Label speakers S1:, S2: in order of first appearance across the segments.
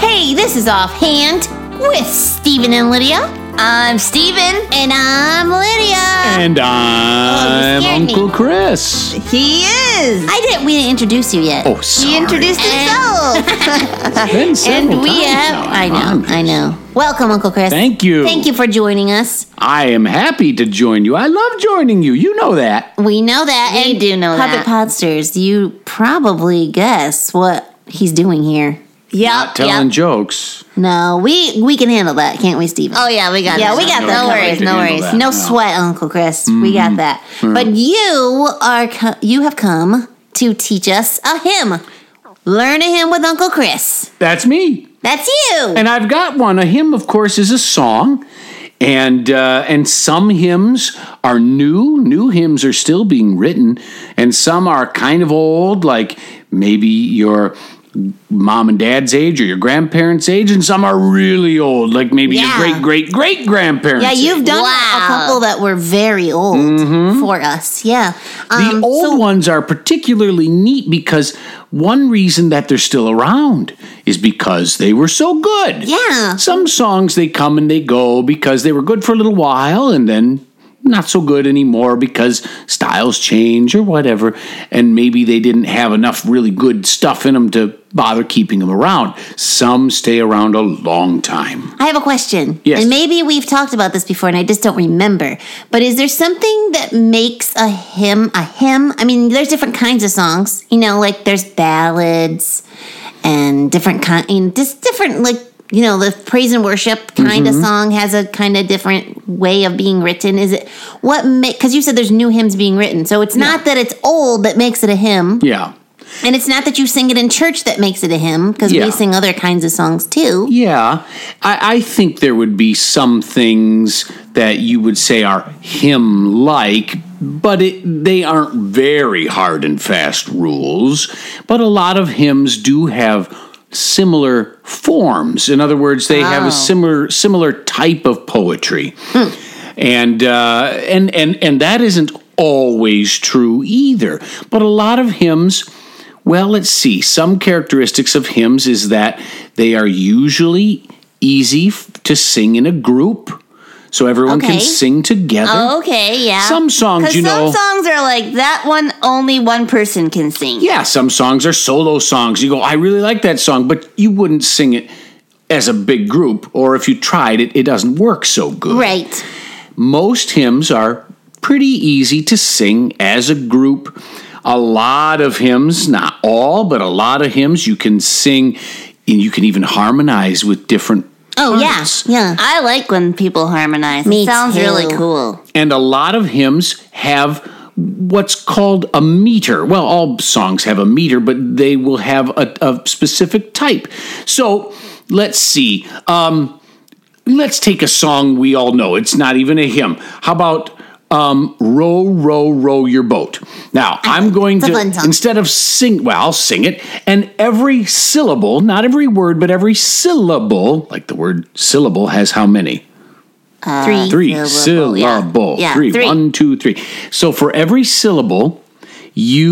S1: Hey, this is Offhand with Stephen and Lydia. I'm Stephen. And I'm Lydia.
S2: And I'm
S1: scared me.
S2: Uncle Chris.
S3: He is.
S1: I didn't, we didn't introduce you yet.
S2: Oh, sorry.
S3: He introduced himself.
S2: It's been several
S1: and we
S2: times
S1: have,
S2: now.
S1: I know,
S2: I'm-
S1: I know. Welcome, Uncle Chris.
S2: Thank you.
S1: Thank you for joining us.
S2: I am happy to join you. I love joining you. You know that.
S1: We know that.
S3: We
S1: and
S3: do know
S1: Puppet
S3: that.
S1: Podsters, you probably guess what he's doing here.
S2: Not
S3: yep.
S2: telling
S3: Yep.
S2: jokes.
S1: No, we we can handle that, can't we, Steven?
S3: Oh yeah, we got.
S1: Yeah,
S3: this.
S1: we got
S3: No
S1: this.
S3: No
S1: Don't
S2: worry,
S3: worries.
S2: to
S3: No
S2: handle
S3: worries.
S2: that.
S1: No
S2: no. Mm-hmm.
S1: sweat, Uncle Chris. We got that. But you are co- you have come to teach us a hymn. Learn a hymn with Uncle Chris.
S2: That's me.
S1: That's you.
S2: And I've got one. A hymn, of course, is a song. And uh, and some hymns are new. New hymns are still being written, and some are kind of old, like maybe your mom and dad's age or your grandparents' age, and some are really old, like maybe
S1: Yeah.
S2: your great great great grandparents.
S1: yeah, you've done
S3: Wow.
S1: a couple that were very old for us. Yeah.
S2: Mm-hmm. The
S1: Um,
S2: old ones are particularly neat because one reason that they're still around is because they were so good.
S1: Yeah.
S2: Some songs they come and they go because they were good for a little while and then not so good anymore because styles change or whatever and maybe they didn't have enough really good stuff in them to bother keeping them around. Some stay around a long time.
S1: I have a question.
S2: Yes.
S1: And maybe we've talked about this before and I just don't remember. But is there something that makes a hymn a hymn? I mean, there's different kinds of songs. You know, like there's ballads and different kind and just different like you know, the praise and worship kind
S2: Mm-hmm.
S1: of song has a kind of different way of being written. Is it what make cuz you said there's new hymns being written. So it's not that it's old that makes it a hymn,
S2: Yeah.
S1: and it's not that you sing it in church that makes it a hymn cuz we
S2: Yeah.
S1: sing other kinds of songs too.
S2: Yeah, I, I think there would be some things that you would say are hymn like, but it, they aren't very hard and fast rules. But a lot of hymns do have similar forms. In other words, they have a similar similar type of poetry and uh, and and and that isn't always true either. But a lot of hymns, well, let's see. Some characteristics of hymns is that they are usually easy f- to sing in a group, so everyone
S1: Okay. Oh,
S2: can sing together.
S3: Oh, Okay. Yeah.
S2: Some songs,
S3: Because
S2: you
S3: some
S2: know.
S3: songs are like that one only one person can sing.
S2: yeah, some songs are solo songs. You go, I really like that song, but you wouldn't sing it as a big group, or if you tried it, it doesn't work so good.
S1: Right.
S2: most hymns are pretty easy to sing as a group. A lot of hymns, not all, but a lot of hymns you can sing and you can even harmonize with different
S1: Oh yeah,
S2: parts.
S1: yeah.
S3: I like when people harmonize.
S1: Me
S3: it sounds
S1: too.
S3: really cool.
S2: And a lot of hymns have what's called a meter. Well, all songs have a meter, but they will have a, a specific type. So let's see. Um, let's take a song we all know. It's not even a hymn. How about um, row, row, row your boat? Now, I'm going
S1: It's a fun
S2: to,
S1: song.
S2: instead of sing, well, I'll sing it. And every syllable, not every word, but every syllable, like the word syllable has how many?
S3: Uh,
S1: three,
S2: three
S1: syllable, yeah.
S2: syllable.
S1: Yeah,
S2: Three.
S1: three.
S2: One, two, three. So for every syllable, you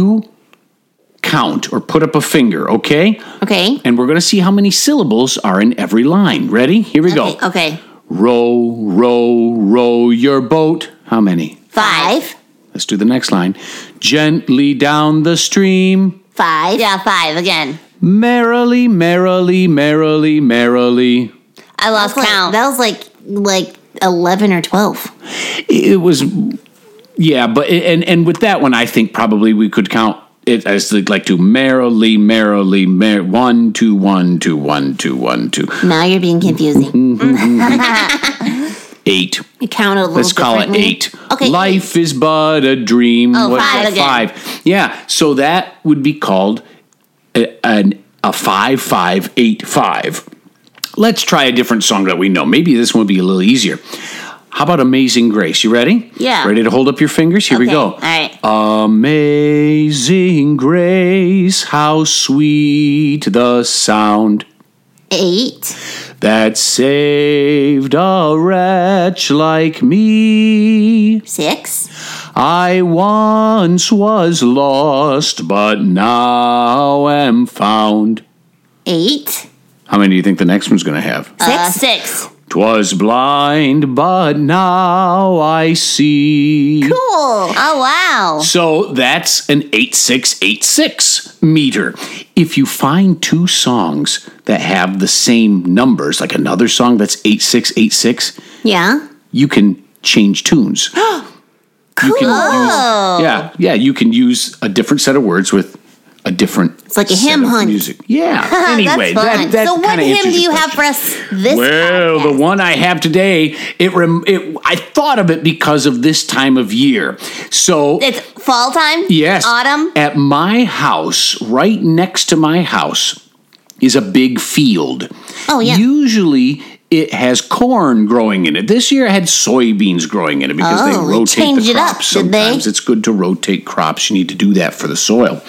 S2: count or put up a finger, okay?
S1: Okay.
S2: And we're going to see how many syllables are in every line. Ready? Here we go.
S1: Okay.
S2: Row, row, row your boat. How many?
S1: Five.
S2: Let's do the next line. Gently down the stream.
S1: Five.
S3: Yeah, five again.
S2: Merrily, merrily, merrily, merrily.
S3: I lost
S1: That's like-
S3: count.
S1: that was like like eleven or twelve.
S2: it was yeah but and and with that one i think probably we could count it as the, like to merrily merrily mer- one two one two one two one two
S1: Now you're being
S3: Mm-hmm.
S1: confusing.
S2: eight
S1: You count a little.
S3: Oh,
S2: let's call it
S1: differently.
S2: eight
S1: Okay.
S2: life is but a dream
S3: Oh,
S2: What's
S3: five
S2: that?
S3: again.
S2: five yeah so that would be called a, an a five five eight five let's try a different song that we know maybe this one would be a little easier how about amazing grace you ready
S3: Yeah.
S2: ready to hold up your fingers here we
S3: Okay,
S2: go
S3: All right.
S2: Amazing grace, how sweet the sound
S1: Eight.
S2: that saved a wretch like me.
S1: Six.
S2: I once was lost, but now am found.
S1: Eight.
S2: How many do you think the next one's going to have?
S3: Uh, six.
S2: Twas blind, but now I see.
S3: Cool. Oh, wow.
S2: So that's an 8686 meter. If you find two songs that have the same numbers, like another song that's 8686,
S1: Yeah.
S2: you can change tunes.
S1: Oh,
S2: You can use, yeah, yeah, you can use a different set of words with a different It's
S1: like a hymn hunt. Ah,
S2: music. Yeah. anyway,
S1: That's
S2: that,
S1: fun.
S2: that
S1: so what
S2: kinda
S1: hymn
S2: answers
S1: do
S2: your
S1: you have
S2: question.
S1: for us this
S2: Well, the
S1: podcast?
S2: one I have today, it, rem- it I thought of it because of this time of year. So
S3: It's fall time?
S2: Yes.
S3: Autumn?
S2: At my house, right next to my house, is a big field.
S1: Oh, yeah.
S2: Usually it has corn growing in it. This year it had soybeans growing in it because
S1: Oh,
S2: they
S1: they
S2: rotate
S1: changed
S2: the
S1: it up,
S2: crops.
S1: did they?
S2: Sometimes it's good to rotate crops. You need to do that for the soil.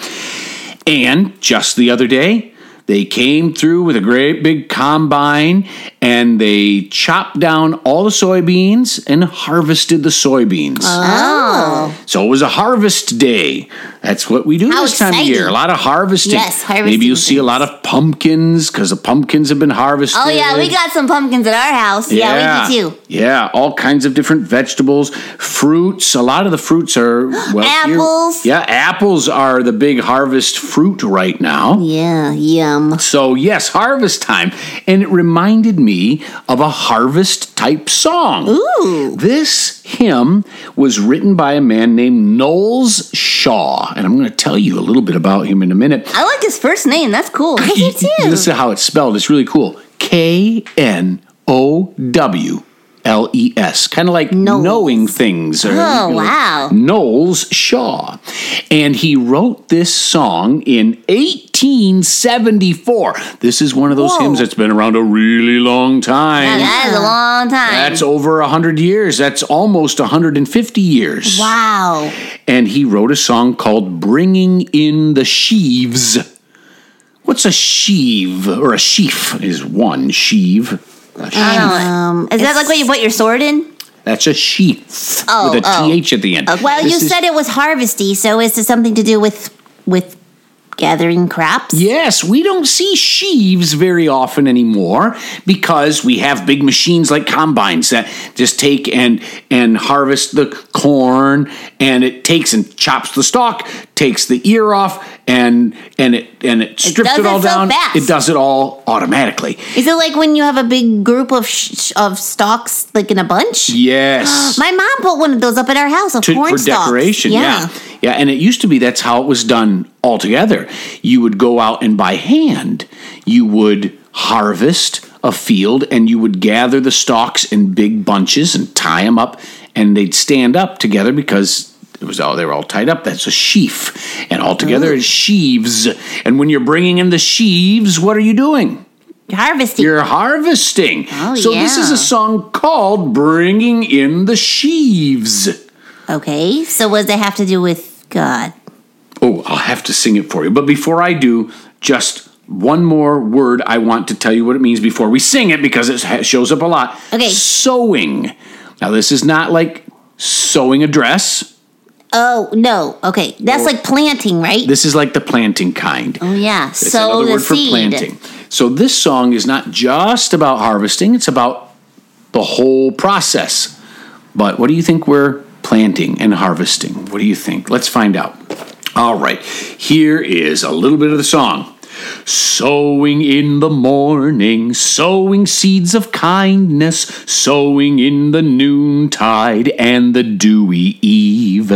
S2: And just the other day, they came through with a great big combine and they chopped down all the soybeans and harvested the soybeans.
S1: Oh,
S2: So it was a harvest day. That's what we do
S1: How
S2: this time
S1: exciting.
S2: of year. A lot of harvesting.
S1: Yes, harvesting
S2: Maybe you'll see a
S1: things.
S2: lot of pumpkins because the pumpkins have been harvested.
S3: Oh, yeah, we got some pumpkins at our house.
S1: Yeah. we do too.
S2: Yeah, all kinds of different vegetables, fruits. A lot of the fruits are well, here-
S3: Apples.
S2: yeah, apples are the big harvest fruit right now.
S1: yeah, yum.
S2: So, yes, harvest time. And it reminded me of a harvest type song. Ooh. This hymn was written by a man named Knowles Shaw. And I'm going to tell you a little bit about him in a minute.
S3: I like his first name. That's cool.
S1: do too.
S2: This is how it's spelled. It's really cool K N O W L E S. Kind of like knowing things. Or,
S3: Oh,
S2: you know,
S3: wow.
S2: Knowles Shaw. And he wrote this song in 1874. This is one of those
S1: Whoa.
S2: hymns that's been around a really long time.
S3: That is a long time.
S2: That's over 100 years. That's almost 150 years.
S1: Wow.
S2: And he wrote a song called Bringing in the Sheaves. What's a sheave? Or a sheaf is one sheave. A sheaf.
S1: Um,
S3: is that like what you put your sword in?
S2: That's a sheaf
S3: Oh,
S2: with a
S3: oh.
S2: th at the end.
S1: Well,
S2: This
S1: you
S2: is-
S1: said it was harvesty, so is it something to do with with gathering crops?
S2: Yes, we don't see sheaves very often anymore because we have big machines like combines that just take and and harvest the corn and it takes and chops the stalk, takes the ear off and and it and it strips
S3: does
S2: it, all
S3: it so
S2: down.
S3: fast.
S2: It does it all automatically.
S1: Is it like when you have a big group of sh- of stalks like in a bunch?
S2: Yes.
S1: My mom put one of those up at our house of
S2: to-
S1: corn
S2: for
S1: stalks.
S2: decoration. Yeah. yeah, and it used to be that's how it was done altogether. You would go out and by hand, you would harvest a field, and you would gather the stalks in big bunches and tie them up, and they'd stand up together because. It was all they were all tied up. That's a sheaf, and all together it's sheaves. And when you're bringing in the sheaves, what are you doing?
S1: harvesting.
S2: You're harvesting. so this is
S1: yeah.
S2: a song called "Bringing in the Sheaves."
S1: okay, so what does that have to do with God?
S2: Oh, I'll have to sing it for you. But before I do, just one more word I want to tell you what it means before we sing it because it ha- shows up a lot.
S1: Okay.
S2: Sewing. Now, this is not like sewing a dress.
S1: Oh no, okay, that's like planting, right?
S2: This is like the planting kind.
S1: oh yeah,
S2: It's
S1: so
S2: another
S1: the
S2: word for
S1: seed.
S2: planting. So this song is not just about harvesting, it's about the whole process. But what do you think we're planting and harvesting? What do you think? Let's find out. All right, here is a little bit of the song. Sowing in the morning, sowing seeds of kindness, sowing in the noontide and the dewy eve,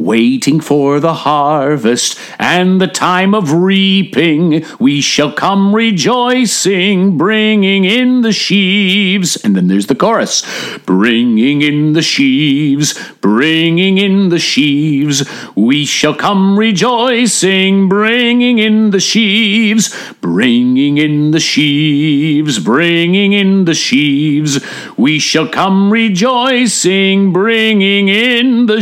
S2: waiting for the harvest and the time of reaping. We shall come rejoicing, bringing in the sheaves. And then there's the chorus bringing in the sheaves, bringing in the sheaves. We shall come rejoicing, bringing in the sheaves, bringing in the sheaves, bringing in the sheaves. We shall come rejoicing, bringing in the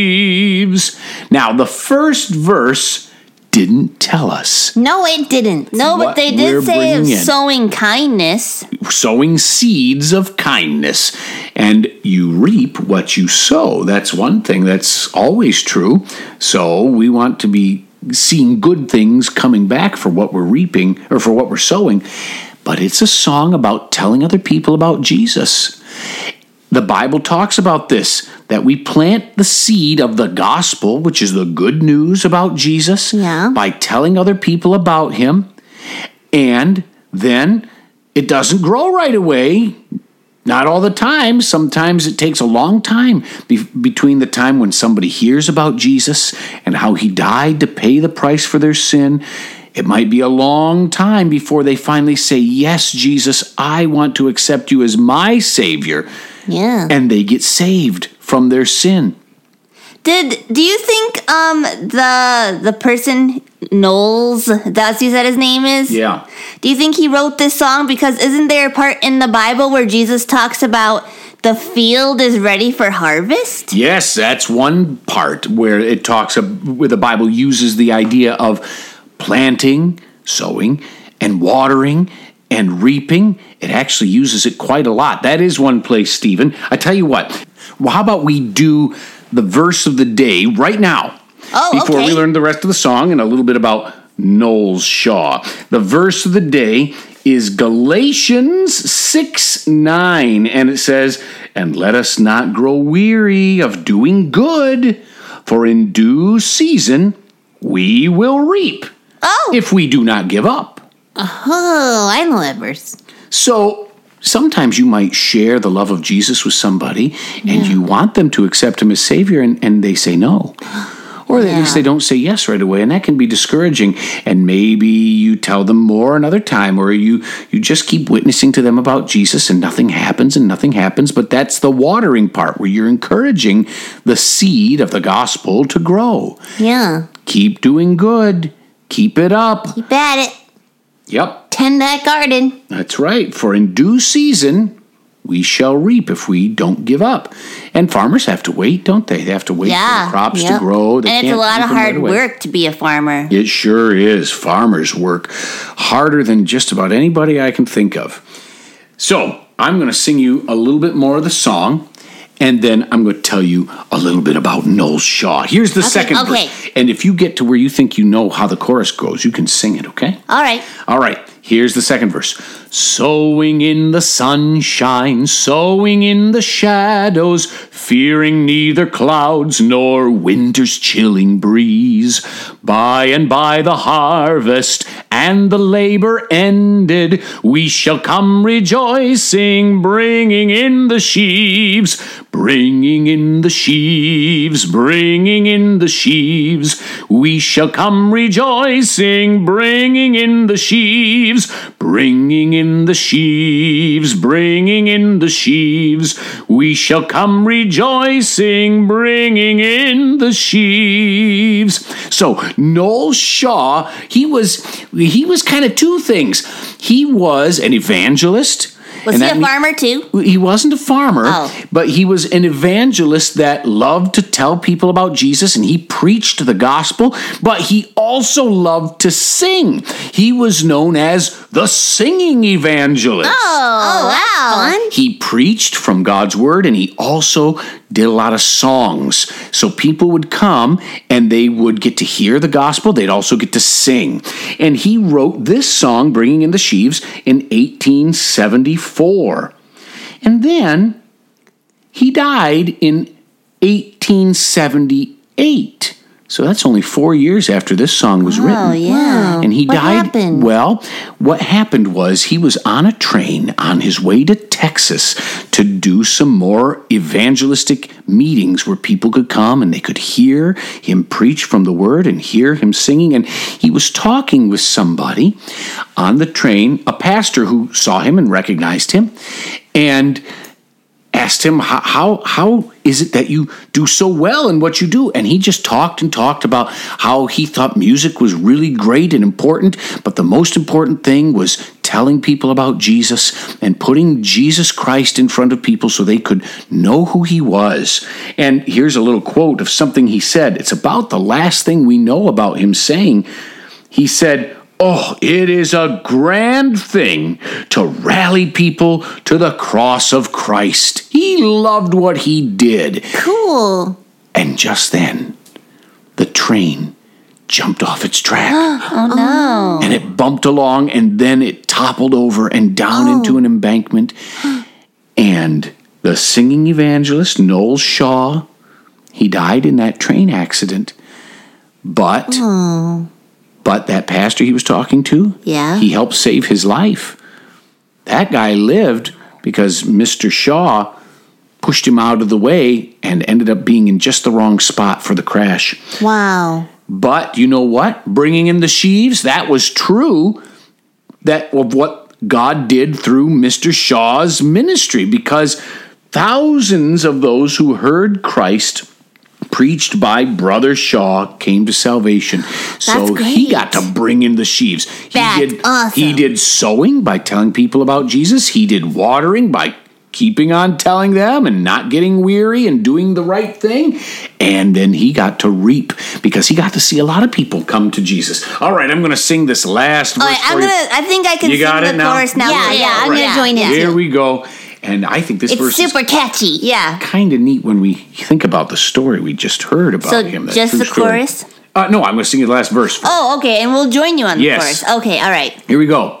S2: sheaves. Now, the first verse didn't tell us.
S1: No, it didn't.
S3: No,
S2: What
S3: but they
S2: we're
S3: did say it was
S2: bringing in.
S3: sowing kindness.
S2: Sowing seeds of kindness, and you reap what you sow. That's one thing that's always true. So, we want to be seeing good things coming back for what we're reaping or for what we're sowing. but it's a song about telling other people about Jesus. The Bible talks about this that we plant the seed of the gospel, which is the good news about Jesus,
S1: Yeah.
S2: by telling other people about him. And then it doesn't grow right away. Not all the time. Sometimes it takes a long time be- between the time when somebody hears about Jesus and how he died to pay the price for their sin. It might be a long time before they finally say, Yes, Jesus, I want to accept you as my Savior.
S1: Yeah.
S2: And they get saved from their sin.
S3: Did do you think um the the person Knowles that's you said his name is?
S2: Yeah.
S3: Do you think he wrote this song because isn't there a part in the Bible where Jesus talks about the field is ready for harvest?
S2: Yes, that's one part where it talks of, where the Bible uses the idea of planting, sowing, and watering and reaping. It actually uses it quite a lot. That is one place, Stephen. I tell you what. Well, how about we do the verse of the day right now?
S3: Oh,
S2: before we
S3: okay.
S2: learn the rest of the song and a little bit about Knowles Shaw. The verse of the day is Galatians 6 9, and it says, And let us not grow weary of doing good, for in due season we will reap
S3: Oh,
S2: if we do not give up.
S1: Oh, I know that verse.
S2: So sometimes you might share the love of Jesus with somebody and you want them to accept him as Savior and, and they say no. Or at least
S1: Yeah.
S2: they don't say yes right away, and that can be discouraging. And maybe you tell them more another time, or you you just keep witnessing to them about Jesus, and nothing happens, and nothing happens. But that's the watering part where you're encouraging the seed of the gospel to grow.
S1: Yeah.
S2: Keep doing good, keep it up.
S1: Keep at it.
S2: Yep,
S1: Tend that garden.
S2: that's right. For in due season, we shall reap if we don't give up. And farmers have to wait, don't they? They have to wait for
S3: Yeah,
S2: the crops to
S1: yep.
S2: grow. They
S3: and it's a
S2: can't
S3: lot
S2: reap
S3: of
S2: them right
S3: hard
S2: away.
S3: work to be a farmer.
S2: It sure is. Farmers work harder than just about anybody I can think of. So I'm going to sing you a little bit more of the song. And then I'm going to tell you a little bit about Noel Shaw. Here's the second verse.
S1: okay.
S2: And if you get to where you think you know how the chorus goes, you can sing it, okay?
S1: All right.
S2: All right, here's the second verse. Sowing in the sunshine, sowing in the shadows, fearing neither clouds nor winter's chilling breeze. By and by the harvest and the labor ended, we shall come rejoicing, bringing in the sheaves, bringing in the sheaves, bringing in the sheaves. We shall come rejoicing, bringing in the sheaves, bringing in the sheaves, bringing in the sheaves. We shall come rejoicing, bringing in the sheaves. So Noel Shaw, he was he was kind of two things. He was an evangelist.
S3: Was
S2: and
S3: he
S2: that
S3: a
S2: mean-
S3: farmer too?
S2: he wasn't a farmer,
S3: Oh.
S2: but he was an evangelist that loved to tell people about Jesus and he preached the gospel, but he also loved to sing. He was known as the singing evangelist.
S1: Oh,
S3: wow.
S1: Fun.
S2: He preached from God's word and he also did a lot of songs. So people would come and they would get to hear the gospel. They'd also get to sing. And he wrote this song, Bringing in the Sheaves, in 1874. And then he died in 1878. So that's only four years after this song was written.
S1: Oh, yeah.
S2: And he
S1: What
S2: died.
S1: happened?
S2: Well, what happened was he was on a train on his way to Texas to do some more evangelistic meetings where people could come and they could hear him preach from the word and hear him singing. And he was talking with somebody on the train, a pastor who saw him and recognized him. And asked him how, how how is it that you do so well in what you do and he just talked and talked about how he thought music was really great and important but the most important thing was telling people about Jesus and putting Jesus Christ in front of people so they could know who he was and here's a little quote of something he said it's about the last thing we know about him saying he said, Oh, it is a grand thing to rally people to the cross of Christ. He loved what he did.
S1: Cool.
S2: And just then, the train jumped off its track. oh, no. And it bumped along and then it toppled over and down into an embankment. And the singing evangelist, Noel Shaw, he died in that train accident. But, but that pastor he was talking to,
S1: Yeah.
S2: he helped save his life. That guy lived because Mr. Shaw pushed him out of the way and ended up being in just the wrong spot for the crash.
S3: Oh,
S1: Wow.
S2: But you know what? Bringing in the sheaves, that was true that of what God did through Mr. Shaw's ministry because thousands of those who heard Christ preached by brother Shaw came to salvation. so he
S1: great.
S2: got to bring in the sheaves. He
S1: That's
S2: did
S1: awesome.
S2: he did sowing by telling people about Jesus. He did watering by keeping on telling them and not getting weary and doing the right thing. And then he got to reap because he got to see a lot of people come to Jesus. All right, I'm going to sing this last
S3: All
S2: verse
S3: right, I'm
S2: for you.
S3: gonna. I think I can
S2: You
S3: sing
S2: got
S3: the
S2: it now?
S3: chorus now.
S1: Yeah, yeah, I'm
S2: Right.
S1: gonna join in.
S2: Here
S1: too.
S2: we go. And I think this
S1: It's
S2: verse is
S1: super catchy.
S3: Yeah.
S2: kind of neat when we think about the story we just heard about
S3: So
S2: him. that
S3: just
S2: true
S3: the
S2: story.
S3: chorus.
S2: Uh, no, I'm going to sing the last verse.
S3: Oh, okay, and we'll join you on the
S2: Yes.
S3: chorus. Okay, all right.
S2: Here we go.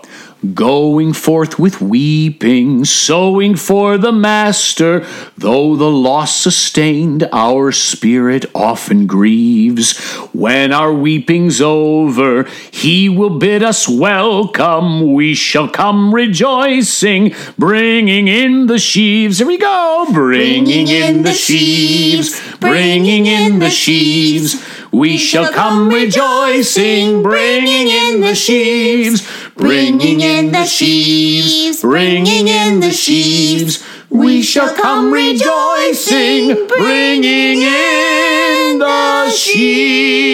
S2: Going forth with weeping, sowing for the Master, though the loss sustained, our spirit often grieves. When our weeping's over, He will bid us welcome. We shall come rejoicing, bringing in the sheaves. Here we go, bringing in the sheaves, bringing in the sheaves. We shall come rejoicing, bringing in the sheaves, bringing in the sheaves, bringing in the sheaves. We shall come rejoicing, bringing in the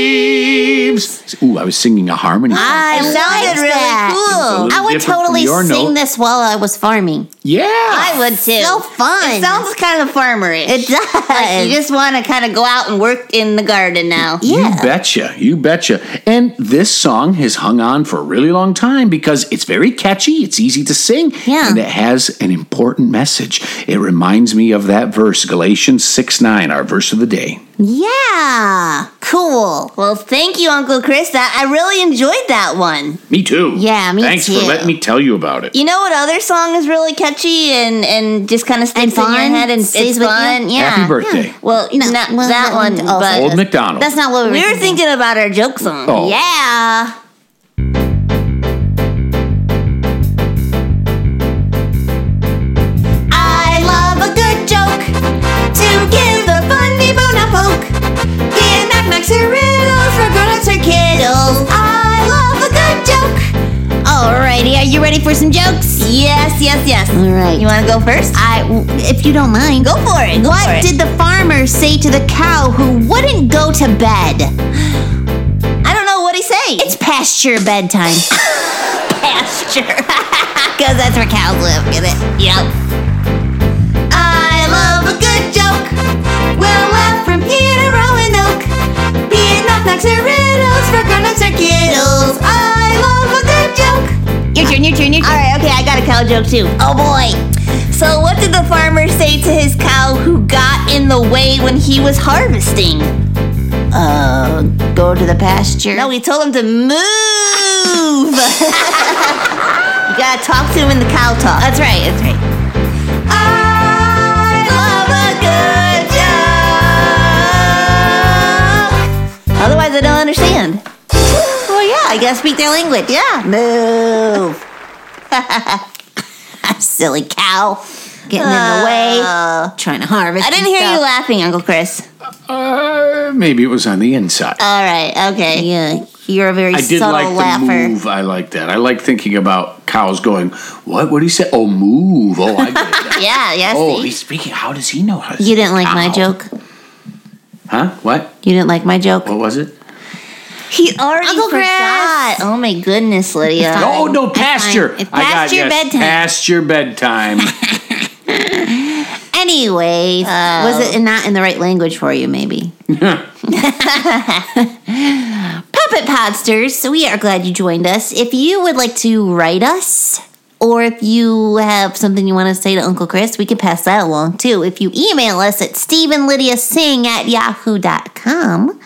S2: sheaves. Ooh, I was singing a harmony.
S3: I
S1: I
S3: sounded
S1: like
S3: really
S1: that.
S3: cool.
S2: It's
S1: I would
S2: different from
S1: totally
S2: your
S1: sing
S2: note.
S1: this while I was farming.
S2: yeah.
S3: I would too.
S1: So fun.
S3: It sounds kind of farmerish.
S1: It does.
S3: Like you just want to kind of go out and work in the garden now.
S1: yeah.
S2: You betcha. You betcha. And this song has hung on for a really long time because it's very catchy, it's easy to sing,
S1: Yeah.
S2: and it has an important message. It reminds me of that verse, Galatians 6 9, our verse of the day.
S1: yeah. Cool.
S3: Well, thank you, Uncle Chris. That I really enjoyed that one.
S2: Me too.
S1: Yeah, me
S2: Thanks
S1: too.
S2: for letting me tell you about it.
S3: You know what other song is really catchy and and just kind of sticks in
S1: fun?
S3: your head and
S1: Stays
S3: it's
S1: with you?
S3: fun? Yeah.
S2: Happy birthday.
S3: Well,
S1: No,
S3: not
S1: well,
S3: that,
S1: that
S3: one,
S1: one also
S3: but
S2: Old MacDonald.
S1: That's not what
S3: we were
S1: thinking.
S3: thinking about our joke song.
S2: Oh.
S3: Yeah.
S4: I love a good joke to give the funny bone a poke. Being knickknacks or riddles for grown-ups or kiddles. I love a good joke.
S1: Alrighty, are you ready for some jokes?
S3: Yes, yes, yes.
S1: All right.
S3: You want to go first?
S1: I, if you don't mind,
S3: Go for it. Go
S1: What
S3: for it.
S1: did the farmer say to the cow who wouldn't go to bed?
S3: I don't know what he say.
S1: It's past your bedtime.
S3: pasture.
S1: Because that's where cows live. Get it?
S3: yep.
S4: I love a good joke. We'll laugh from here to Roanoke. Being knickknacks or riddles for grown-ups or kiddles. I love a good joke.
S1: Your turn, your turn, your turn.
S3: All right. Okay, I got a cow joke too.
S1: Oh boy.
S3: So, what did the farmer say to his cow who got in the way when he was harvesting?
S1: Uh, go to the pasture.
S3: No, he told him to move. you gotta talk to him in the cow talk. That's right. That's right.
S4: I love a good joke.
S3: Otherwise, I don't understand. Well, yeah, I gotta speak their language. Yeah. Move.
S1: silly cow. Getting in the way. Trying to harvest.
S3: I didn't hear you laughing, Uncle Chris.
S2: Uh, maybe it was on the inside.
S3: All right. Okay.
S1: Yeah, you're a very
S2: I did
S1: subtle
S2: like the
S1: laugher.
S2: move. I like that. I like thinking about cows going, What? What did he say? Oh, move. Oh, I get that.
S3: Yeah. Yes.
S2: oh, he's speaking. How does he know how to
S1: You didn't like my
S2: Ow.
S1: joke.
S2: Huh? What?
S1: You didn't like my joke.
S2: What was it?
S3: He already
S1: Uncle Chris.
S3: forgot. Oh my goodness, Lydia.
S2: No, Oh, no, past your.
S1: It's
S2: I
S1: past
S2: got,
S1: your
S2: yes,
S1: bedtime.
S2: Past your bedtime.
S1: Anyway,
S3: Uh,
S1: was it not in the right language for you? Maybe. Puppet Podsters, we are glad you joined us. If you would like to write us, or if you have something you want to say to Uncle Chris, we could pass that along too. If you email us at StephenLydiaSing at yahoo.com,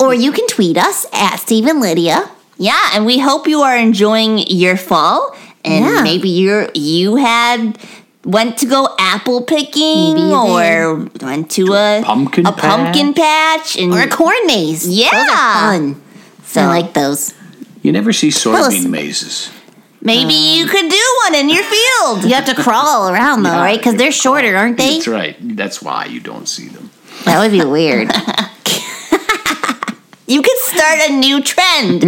S1: or you can tweet us at StephenLydia.
S3: Yeah, and we hope you are enjoying your fall and
S1: Yeah.
S3: maybe you're you had went to go apple picking
S1: Maybe you
S3: or went to a
S2: pumpkin
S3: a pumpkin patch and
S1: or a corn maze.
S3: yeah
S1: Those are fun.
S3: So
S1: I like those.
S2: You never see soybean
S1: Well,
S2: mazes.
S3: maybe you could do one in your field.
S1: Um, You have to crawl around though,
S2: Yeah,
S1: right? Because they're shorter, aren't they?
S2: That's right. That's why you don't see them.
S1: That would be weird.
S3: You could start a new trend.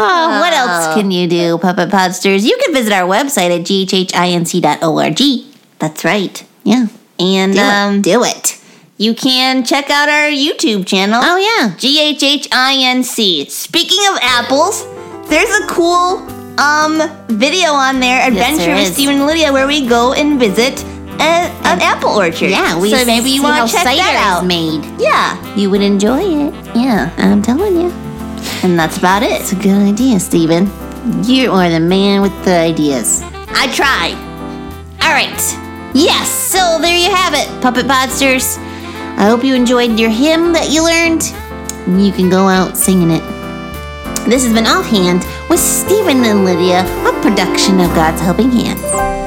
S1: Oh, what else can you do, Puppet Podsters? You can visit our website at ghhinc.org.
S3: That's right.
S1: Yeah.
S3: And
S1: Do
S3: um,
S1: it. Do it.
S3: you can check out our YouTube channel.
S1: Oh, yeah.
S3: G H H I N C. Speaking of apples, there's a cool um video on there, Adventure
S1: there
S3: with
S1: is.
S3: Steven and Lydia, where we go and visit a, an apple orchard.
S1: Yeah, we
S3: so maybe you
S1: see how
S3: want to check
S1: cider
S3: that
S1: is
S3: out.
S1: made.
S3: yeah,
S1: You would enjoy it.
S3: yeah,
S1: I'm telling you.
S3: and that's about
S1: It's
S3: it.
S1: a good idea, Steven. You are the man with the ideas.
S3: I try.
S1: All right. Yes, so there you have it, Puppet Podsters. I hope you enjoyed your hymn that you learned. You can go out singing it. This has been Offhand with Stephen and Lydia, a production of God's Helping Hands.